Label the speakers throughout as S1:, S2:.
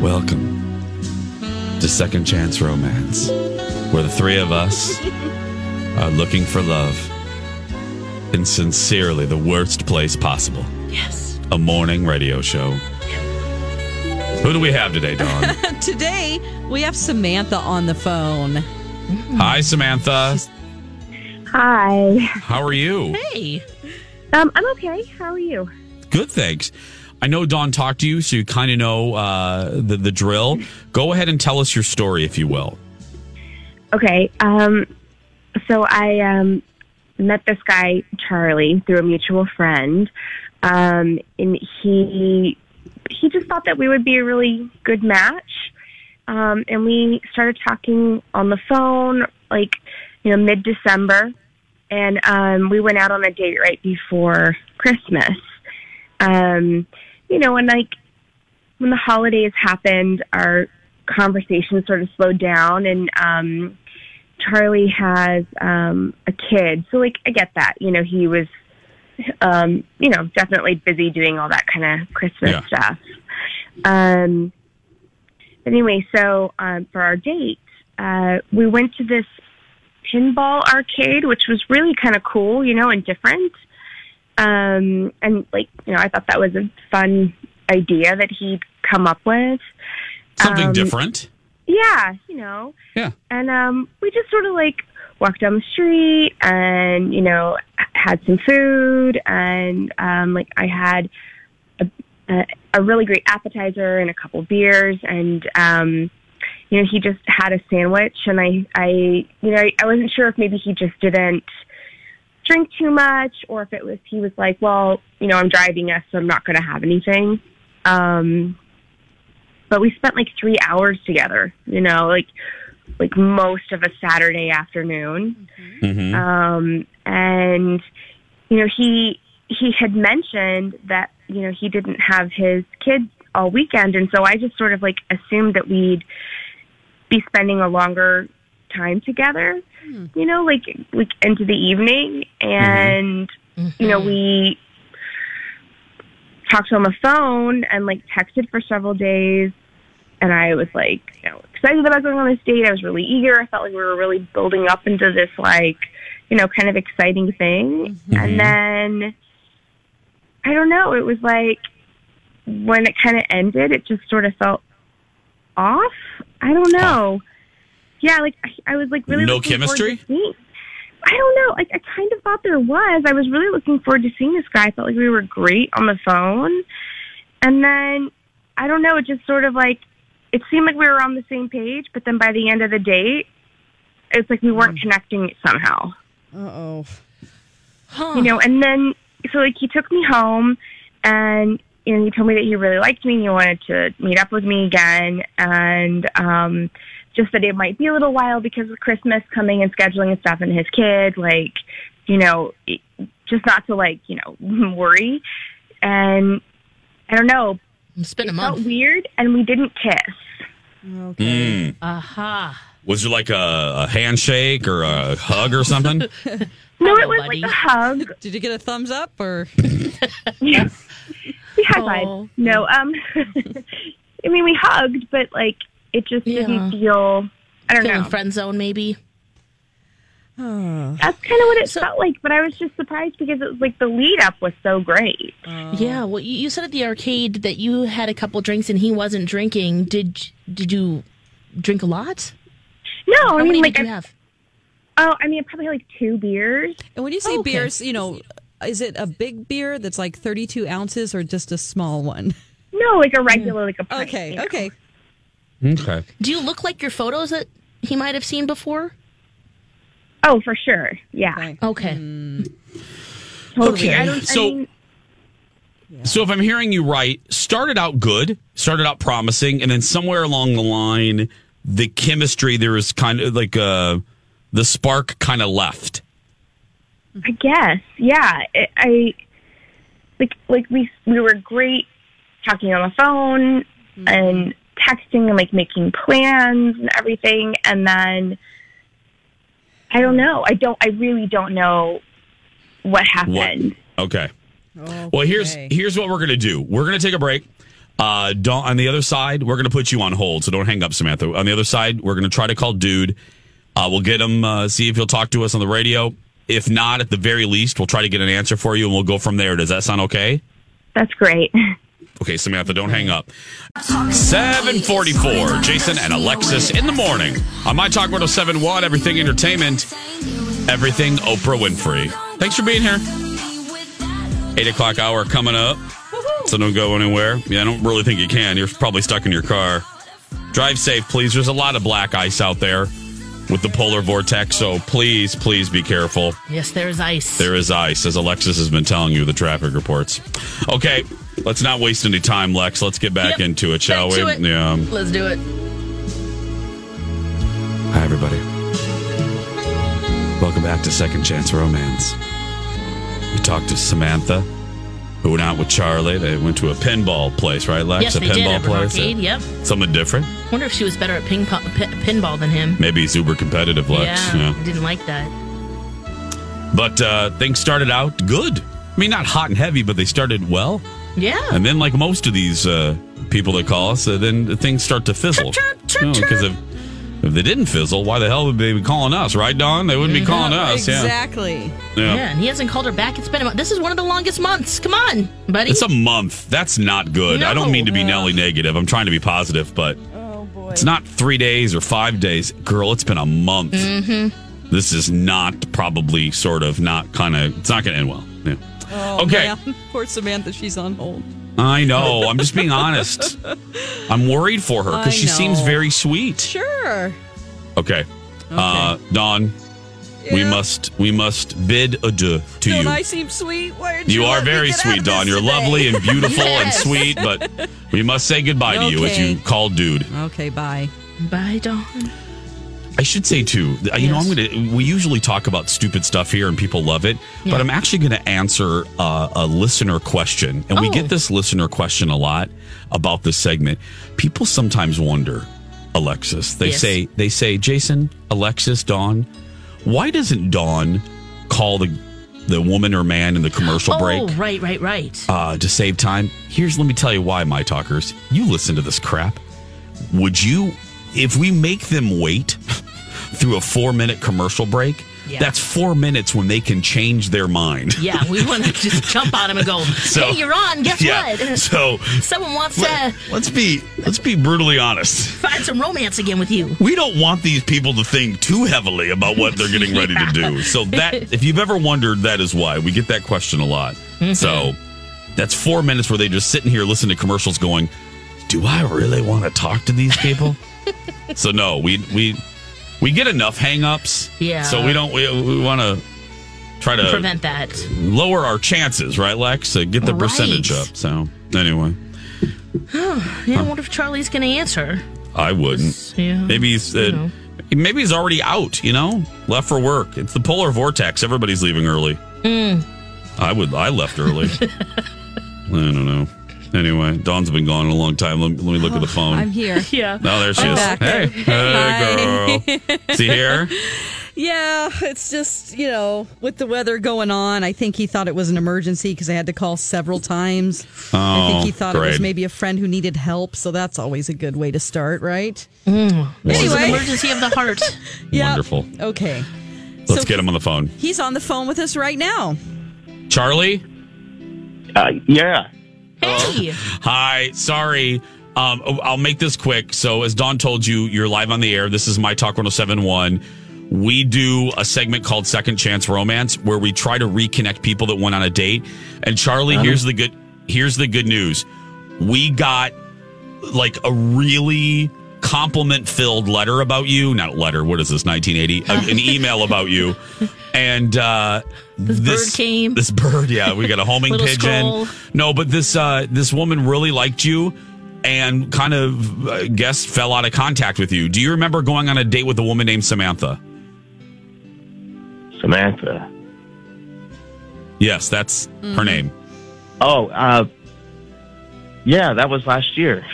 S1: Welcome to Second Chance Romance, where the three of us are looking for love in sincerely the worst place possible.
S2: Yes.
S1: A morning radio show. Who do we have today, Dawn?
S2: Today we have Samantha on the phone.
S1: Hi, Samantha.
S3: Hi.
S1: How are you?
S2: Hey.
S3: Um, I'm okay. How are you?
S1: Good, thanks. I know Dawn talked to you, so you kind of know uh, the, the drill. Go ahead and tell us your story, if you will.
S3: Okay. Um, so I um, met this guy, Charlie, through a mutual friend, um, and he he just thought that we would be a really good match, um, and we started talking on the phone, like you know, mid December, and um, we went out on a date right before Christmas. Um, you know, and like when the holidays happened, our conversation sort of slowed down and um Charlie has um a kid. So like I get that. You know, he was um, you know, definitely busy doing all that kind of Christmas
S1: Yeah.
S3: stuff. Um anyway, so um for our date, uh we went to this pinball arcade, which was really kind of cool, you know, and different. Um, and like, you know, I thought that was a fun idea that he'd come up with.
S1: Something
S3: Um,
S1: different.
S3: Yeah, you know.
S1: Yeah.
S3: And um, we just sort of like walked down the street and, you know, h- had some food. And um, like I had a, a, a really great appetizer and a couple beers. And, um, you know, he just had a sandwich. And I, I, you know, I wasn't sure if maybe he just didn't drink too much or if it was, he was like, well, you know, I'm driving us, so I'm not going to have anything. Um, but we spent like three hours together you know like like most of a saturday afternoon
S1: Mm-hmm.
S3: um and you know he he had mentioned that you know he didn't have his kids all weekend and so i just sort of like assumed that we'd be spending a longer time together you know like like into the evening and you know we talked on the phone and like texted for several days and I was like, you know, excited about going on this date. I was really eager. I felt like we were really building up into this like, you know, kind of exciting thing. And then I don't know, it was like when it kind of ended, it just sort of felt off. I don't know. Yeah, like I, I was like really
S1: No
S3: looking forward to
S1: chemistry?
S3: seeing- I don't know. Like I kind of thought there was. I was really looking forward to seeing this guy. I felt like we were great on the phone. And then I don't know, it just sort of like it seemed like we were on the same page, but then by the end of the date, it's like we
S1: Mm.
S3: weren't connecting somehow.
S2: Uh oh.
S3: You know, and then so like he took me home and you know, he told me that he really liked me and he wanted to meet up with me again and um just that it might be a little while because of Christmas coming and scheduling and stuff and his kid, like, you know, it- just not to like, you know, worry. And I don't know,
S4: It's been a
S3: felt
S4: month.
S3: weird and we didn't kiss.
S2: Okay.
S1: Was it like a, a handshake or a hug or something?
S3: No, it
S4: Hello,
S3: was
S4: buddy.
S3: like a hug.
S2: Did you get a thumbs up or?
S3: We high five.
S4: Oh.
S3: No, um, I mean we hugged, but like it just
S4: Yeah.
S3: didn't feel. I don't
S4: Feeling
S3: know.
S4: friend zone, maybe.
S3: That's kind of what it felt like, but I was just surprised because it was like the lead up was so great.
S4: Yeah, well, you you said at the arcade that you had a couple drinks and he wasn't drinking. Did did you drink a lot?
S3: No, I
S4: How
S3: mean
S4: many
S3: like
S4: did you
S3: I-
S4: have?
S3: oh, I mean I probably had, like two beers.
S2: And when you say
S4: Oh, okay.
S2: beers, you know, is it a big beer that's like 32 ounces or just a small one?
S3: No, like a regular like a pint, you
S2: Okay,
S3: know?
S2: okay.
S1: Okay.
S4: Do you look like your photos that he might have seen before?
S3: Oh, for sure. Yeah,
S2: Okay.
S4: Okay.
S3: totally.
S1: Okay,
S3: I don't,
S1: so-
S3: I mean,
S1: So if I'm hearing you right, started out good, started out promising, and then somewhere along the line, the chemistry there was kind of like uh the spark kind of left.
S3: I guess, yeah. It, I like like we we were great talking on the phone and texting and like making plans and everything, and then I don't know. I don't. I really don't know what happened.
S1: Okay. Well, here's here's what we're gonna do. We're gonna take a break. Uh, don't on the other side. We're gonna put you on hold, so don't hang up, Samantha. On the other side, we're gonna try to call dude. Uh, we'll get him. Uh, see if he'll talk to us on the radio. If not, at the very least, we'll try to get an answer for you, and we'll go from there. Does that sound okay?
S3: That's great.
S1: Okay, Samantha, don't hang up. 744, Jason and Alexis in the morning. On My Talk 1071, Everything Entertainment,
S5: Mm-hmm.
S1: Everything Oprah Winfrey. Thanks for being here. 8 o'clock hour coming up. So don't go anywhere. Yeah, I don't really think you can. You're probably stuck in your car. Drive safe, please. There's a lot of black ice out there with the polar vortex, so please, please be careful.
S4: Yes, there's ice.
S1: There is ice, as Alexis has been telling you the traffic reports. Okay, let's not waste any time, Lex. Let's get back
S4: Yep.
S1: into it, shall
S4: Back
S1: we?
S4: to it.
S1: Yeah.
S4: Let's do it.
S1: Hi, everybody. Welcome back to Second Chance Romance. We talked to Samantha, who went out with Charlie. They went to a pinball place, right, Lex?
S4: yes,
S1: a
S4: they did
S1: pinball
S4: at River
S1: place. Uh,
S4: Arcade. Yep.
S1: Something different.
S4: Wonder if she was better at ping pong, p- pinball than him.
S1: Maybe he's uber competitive, Lex.
S4: yeah, didn't like that.
S1: But uh, things started out good. I mean, not hot and heavy, but they started well.
S4: Yeah.
S1: And then, like most of these uh, people that call us, uh, then things start to fizzle.
S4: Chirp, chirp, chirp,
S1: Because if, if they didn't fizzle, why the hell would they be calling us, right, Don? They wouldn't be calling us. yeah.
S2: Exactly.
S1: Yeah.
S4: Yeah, and he hasn't called her back. It's been a month. This is one of the longest months. Come on, buddy.
S1: It's a month. That's not good. I don't
S4: No.
S1: mean to be Nelly negative. I'm trying to be positive, but
S2: Oh,
S1: it's not three days or five days. Girl, it's been a month. Mm-hmm. This is not probably sort of not kind of, it's not going to end well. Yeah.
S2: Oh,
S1: okay.
S2: Yeah. Poor Samantha, she's on hold.
S1: I know. I'm just being honest. I'm worried for her
S2: I
S1: because she seems
S2: know.
S1: very sweet.
S2: Sure.
S1: Okay. Uh, Don, we
S2: Yeah.
S1: must we must bid adieu to
S2: Don't
S1: you.
S2: I seem sweet? Why did
S1: you are
S2: let me
S1: very
S2: get out
S1: sweet,
S2: of
S1: Don.
S2: this
S1: You're
S2: today?
S1: lovely and beautiful
S4: Yes.
S1: and sweet, but we must say goodbye to you as
S2: Okay.
S1: you call dude.
S2: Okay, bye.
S4: Bye, Dawn.
S1: I should say too. th- You know, I'm
S4: Yes.
S1: gonna. We usually talk about stupid stuff here, and people love it. But I'm actually gonna answer uh, a listener question, and we
S4: Oh.
S1: get this listener question a lot about this segment. People sometimes wonder, Alexis. They
S4: Yes.
S1: say they say Jason, Alexis, Dawn. Why doesn't Dawn call the the woman or man in the commercial break?
S4: Oh, right, right, right.
S1: uh, to save time. Here's let me tell you why, my talkers. You listen to this crap. Would you, if we make them wait through a four minute commercial break,
S4: Yeah.
S1: that's four minutes when they can change their mind.
S4: yeah, we want to just jump on him and go,
S1: So-
S4: hey, you're on. Guess
S1: Yeah.
S4: what? uh,
S1: So
S4: Someone wants
S1: let,
S4: to
S1: let's be let's be brutally honest.
S4: find some romance again with you.
S1: We don't want these people to think too heavily about what they're getting ready to do. So that if you've ever wondered, that is why we get that question a lot.
S4: Mm-hmm.
S1: So that's four minutes where they just sitting here listening to commercials going, Do I really want to talk to these people? so no, we we we get enough hangups.
S4: Yeah.
S1: So we don't we, we wanna try to
S4: Prevent that.
S1: lower our chances, right, Lex? So get the
S4: Right.
S1: percentage up. So anyway.
S4: Yeah, I wonder if Charlie's going to answer.
S1: I wouldn't.
S4: Just, yeah,
S1: maybe he's uh,
S4: you know.
S1: maybe he's already out. You know, left for work. It's the polar vortex. Everybody's leaving early.
S2: Mm.
S1: I would. I left early. I don't know. Anyway, Dawn's been gone a long time. Let me, let me look at the phone.
S2: Oh, I'm here.
S4: Yeah.
S1: oh, there she is.
S2: back.
S1: Hey, hey, girl. See here?
S2: Yeah, it's just, you know, with the weather going on, I think he thought it was an emergency because I had to call several times. I
S1: Oh,
S2: think he thought it
S1: great.
S2: was maybe a friend who needed help, so that's always a good way to start, right?
S4: This is an
S2: Anyway.
S4: emergency of the heart.
S2: Yeah.
S1: Wonderful.
S2: Okay.
S1: Let's
S2: So-
S1: get him on the phone.
S2: He's on the phone with us right now.
S1: Charlie?
S6: Uh, yeah.
S4: Hey,
S1: Uh-huh. Hi, sorry. Um, oh, I'll make this quick. So, as Dawn told you, you're live on the air. This is My Talk 1071. We do a segment called Second Chance Romance where we try to reconnect people that went on a date. And Charlie,
S4: Uh-huh.
S1: here's the good here's the good news. We got like a really compliment filled letter about you. Not letter, what is this, 1980? A- an email about you. And uh, this,
S4: bird came.
S1: This bird, yeah. We got a homing
S4: Little
S1: pigeon.
S4: skull.
S1: No, but this uh, this woman really liked you and kind of, I guess, fell out of contact with you. Do you remember going on a date with a woman named Samantha?
S6: Samantha.
S1: Yes, that's
S4: Mm-hmm.
S1: her name.
S6: Oh, uh, yeah, that was last year.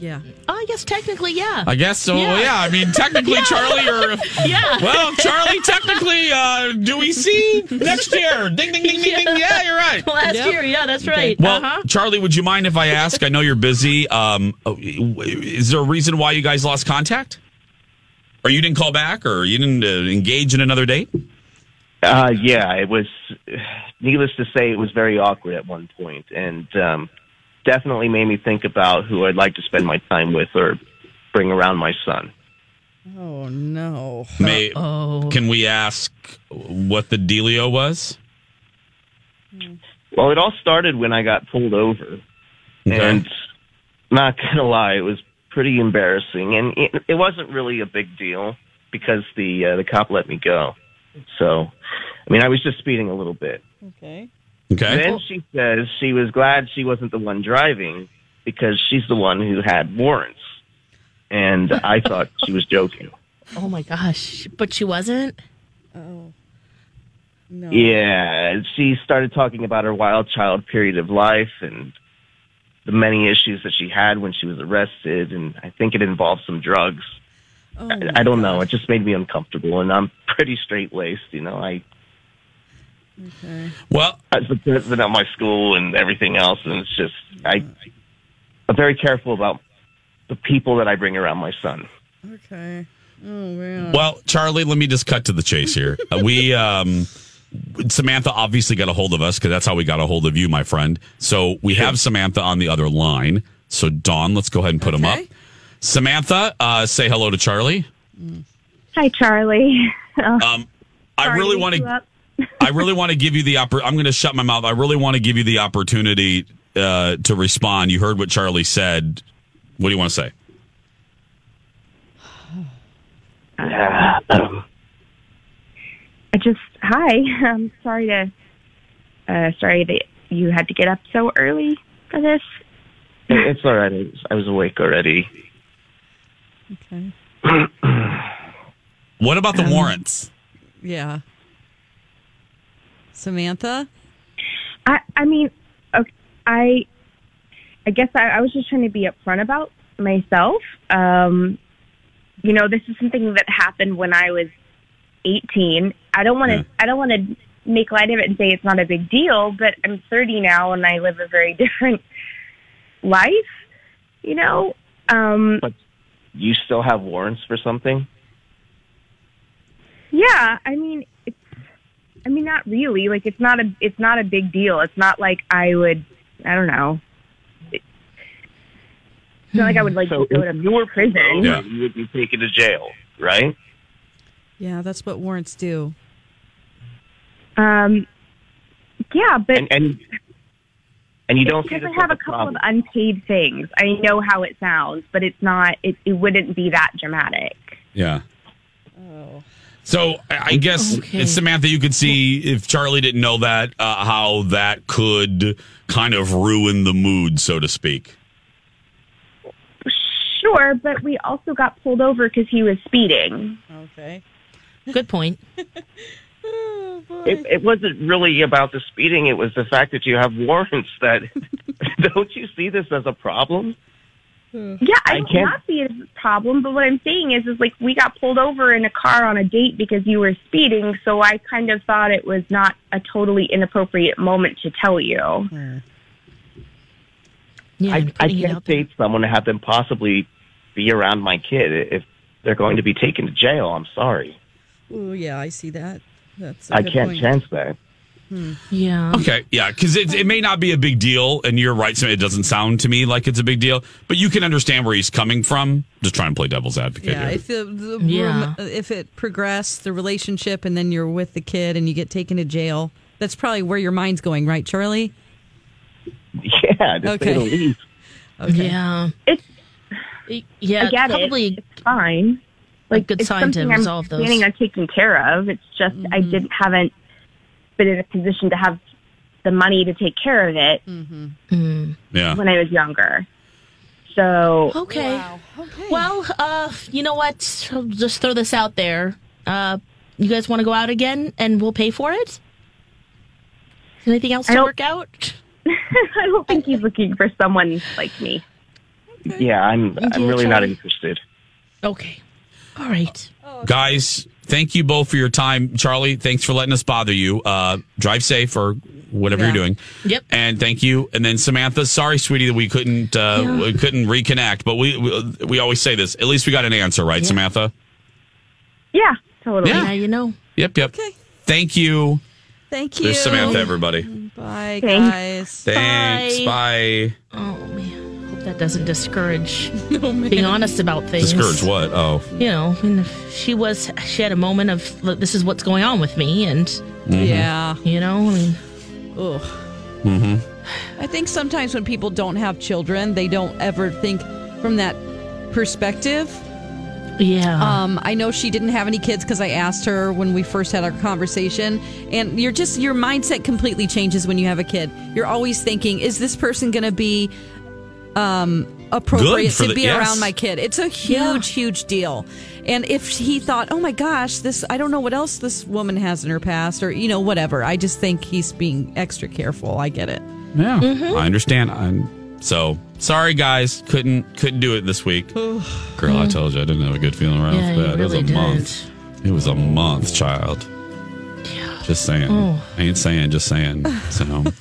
S2: Yeah.
S4: oh, I guess technically, yeah,
S1: I guess so.
S4: Yeah.
S1: Yeah, I mean, technically, Charlie, or
S4: yeah.
S1: well, Charlie, technically, uh, do we see next year? Ding, ding, ding, ding, ding. Yeah, you're right.
S4: Last year, yeah, that's right.
S1: Well,
S4: uh-huh.
S1: Charlie, would you mind if I ask? I know you're busy. Um, oh, is there a reason why you guys lost contact? Or you didn't call back, or you didn't uh, engage in another date?
S6: Uh, yeah, it was, needless to say, it was very awkward at one point and um, definitely made me think about who I'd like to spend my time with or bring around my son.
S2: Oh no.
S1: May, can we ask what the dealio was?
S6: Well, it all started when I got pulled over.
S1: Okay.
S6: And not going to lie, it was pretty embarrassing. And it, it wasn't really a big deal because the, uh, the cop let me go. So, I mean, I was just speeding a little bit.
S2: Okay.
S1: okay.
S6: Then she says she was glad she wasn't the one driving because she's the one who had warrants. And I thought she was joking.
S4: Oh my gosh, but she wasn't.
S2: Oh.
S6: Yeah, and she started talking about her wild child period of life and the many issues that she had when she was arrested, and I think it involved some drugs.
S2: Oh,
S6: I, I don't know. It just made me uncomfortable, and I'm pretty straight laced. You know, I
S1: Well,
S6: I was the president of my school and everything else, and it's just I, I'm very careful about the people that I bring around my son.
S2: Okay. Oh man.
S1: well, Charlie, let me just cut to the chase here. Uh, we, um, Samantha obviously got a hold of us because that's how we got a hold of you, my friend. So we have Samantha on the other line. So, Dawn, let's go ahead and put him up.
S2: Okay.
S1: Samantha, uh, say hello to Charlie.
S3: Hi, Charlie.
S1: Um, I really want to. I really want to give you the oppor- I'm going to shut my mouth. I really want to give you the opportunity uh, to respond. You heard what Charlie said. What do you want to say?
S6: Yeah, um,
S3: I just hi. I'm sorry to uh, sorry that you had to get up so early for this.
S6: it- it's all right. I was- I was awake already.
S2: Okay.
S1: What about
S2: Um,
S1: the warrants?
S2: Yeah. Samantha.
S3: I I mean, okay, I I guess I, I was just trying to be upfront about myself. Um, you know, this is something that happened when I was 18. I don't want to
S1: Yeah.
S3: I don't want to make light of it and say it's not a big deal, but I'm 30 now and I live a very different life. You know, um,
S6: But you still have warrants for something?
S3: Yeah, I mean, it's, I mean, not really. Like, it's not a, it's not a big deal. It's not like I would, I don't know. It's not like I would like
S6: Hmm. So
S3: go to
S6: if you were
S3: prison.
S1: Yeah.
S6: you would be taken to jail, right?
S2: Yeah, that's what warrants do.
S3: Um, yeah, but
S6: And and and you don't see
S3: because
S6: this
S3: I have
S6: as
S3: a couple
S6: problem.
S3: of unpaid things. I know how it sounds, but it's not. It, it wouldn't be that dramatic.
S1: Yeah. So I I guess
S4: Okay.
S1: Samantha, you could see if Charlie didn't know that, uh, how that could kind of ruin the mood, so to speak.
S3: Sure, but we also got pulled over because he was speeding.
S2: Okay.
S4: Good point.
S6: It, it wasn't really about the speeding. It was the fact that you have warrants. That don't you see this as a problem?
S3: Yeah, I,
S6: I
S3: don't
S6: can't-
S3: not see it as a problem, but what I'm saying is, is like we got pulled over in a car on a date because you were speeding, so I kind of thought it was not a totally inappropriate moment to tell you.
S4: Yeah,
S6: I,
S4: I'm
S6: I
S4: putting it
S6: can't
S4: out there.
S6: date someone to have them possibly be around my kid if they're going to be taken to jail. I'm sorry.
S2: Oh yeah, I see that. That's. I
S6: I can't chance that.
S4: Yeah.
S1: Okay, yeah, because it, it may not be a big deal, and you're right. So it doesn't sound to me like it's a big deal, but you can understand where he's coming from. Just trying to play devil's advocate.
S2: Yeah,
S1: here.
S2: if the, the
S4: Yeah.
S2: rem- if it progressed the relationship and then you're with the kid and you get taken to jail, that's probably where your mind's going, right, Charlie?
S6: Yeah, to
S2: Okay.
S6: say the least.
S4: Yeah.
S3: It's-
S4: It- yeah,
S3: I get it.
S4: probably
S3: It's fine. Like
S4: good
S3: it's
S4: sign to
S3: something I'm
S4: resolve those. Mm-hmm.
S3: Planning on taking care of. It's just I didn't haven't been in a position to have the money to take care of it
S4: Mm.
S1: yeah.
S3: when I was younger. So
S4: Okay. Well, uh, you know what? I'll just throw this out there. Uh, you guys want to go out again, and we'll pay for it. Anything else
S3: I
S4: to
S3: don't-
S4: work out?
S3: I don't think he's looking for someone like me.
S6: Yeah, I'm. I'm
S4: you,
S6: really not
S4: Charlie.
S6: interested.
S4: Okay. All right.
S1: Guys, thank you both for your time. Charlie, thanks for letting us bother you. Uh, drive safe or whatever
S2: Yeah.
S1: you're doing.
S4: Yep.
S1: And thank you. And then Samantha, sorry, sweetie, that we couldn't uh, we couldn't reconnect, but we, we we always say this. At least we got an answer, right, Samantha?
S3: Yeah, totally.
S1: Yeah.
S4: Now you know.
S1: Yep, yep.
S2: Okay.
S1: Thank you.
S2: Thank you.
S1: There's Samantha, everybody.
S2: Bye, guys.
S1: Thanks. Bye.
S4: Oh man. Hope that doesn't discourage being honest about things.
S1: Discourage what? Oh,
S4: You know, and if she was. She had a moment of "Look, this is what's going on with me, and
S2: Yeah.
S4: you know, I mean,
S2: Ugh. I think sometimes when people don't have children, they don't ever think from that perspective.
S4: yeah.
S2: Um, I know she didn't have any kids because I asked her when we first had our conversation. And you're just, your mindset completely changes when you have a kid. You're always thinking, is this person going to be um, appropriate
S1: Good for
S2: to
S1: the-
S2: be
S1: yes.
S2: around my kid? It's a huge, huge deal. And if he thought, oh my gosh, this, I don't know what else this woman has in her past or, you know, whatever. I just think he's being extra careful. I get it.
S1: yeah.
S4: Mm-hmm.
S1: I understand. I'm so sorry, guys. Couldn't couldn't do it this week. Girl, I told you I didn't have a good feeling right
S4: Mm. Yeah,
S1: off the
S4: you
S1: bat. it was a
S4: really
S1: month. It was
S4: Oh.
S1: a month, child. Just saying. I ain't saying, just saying. So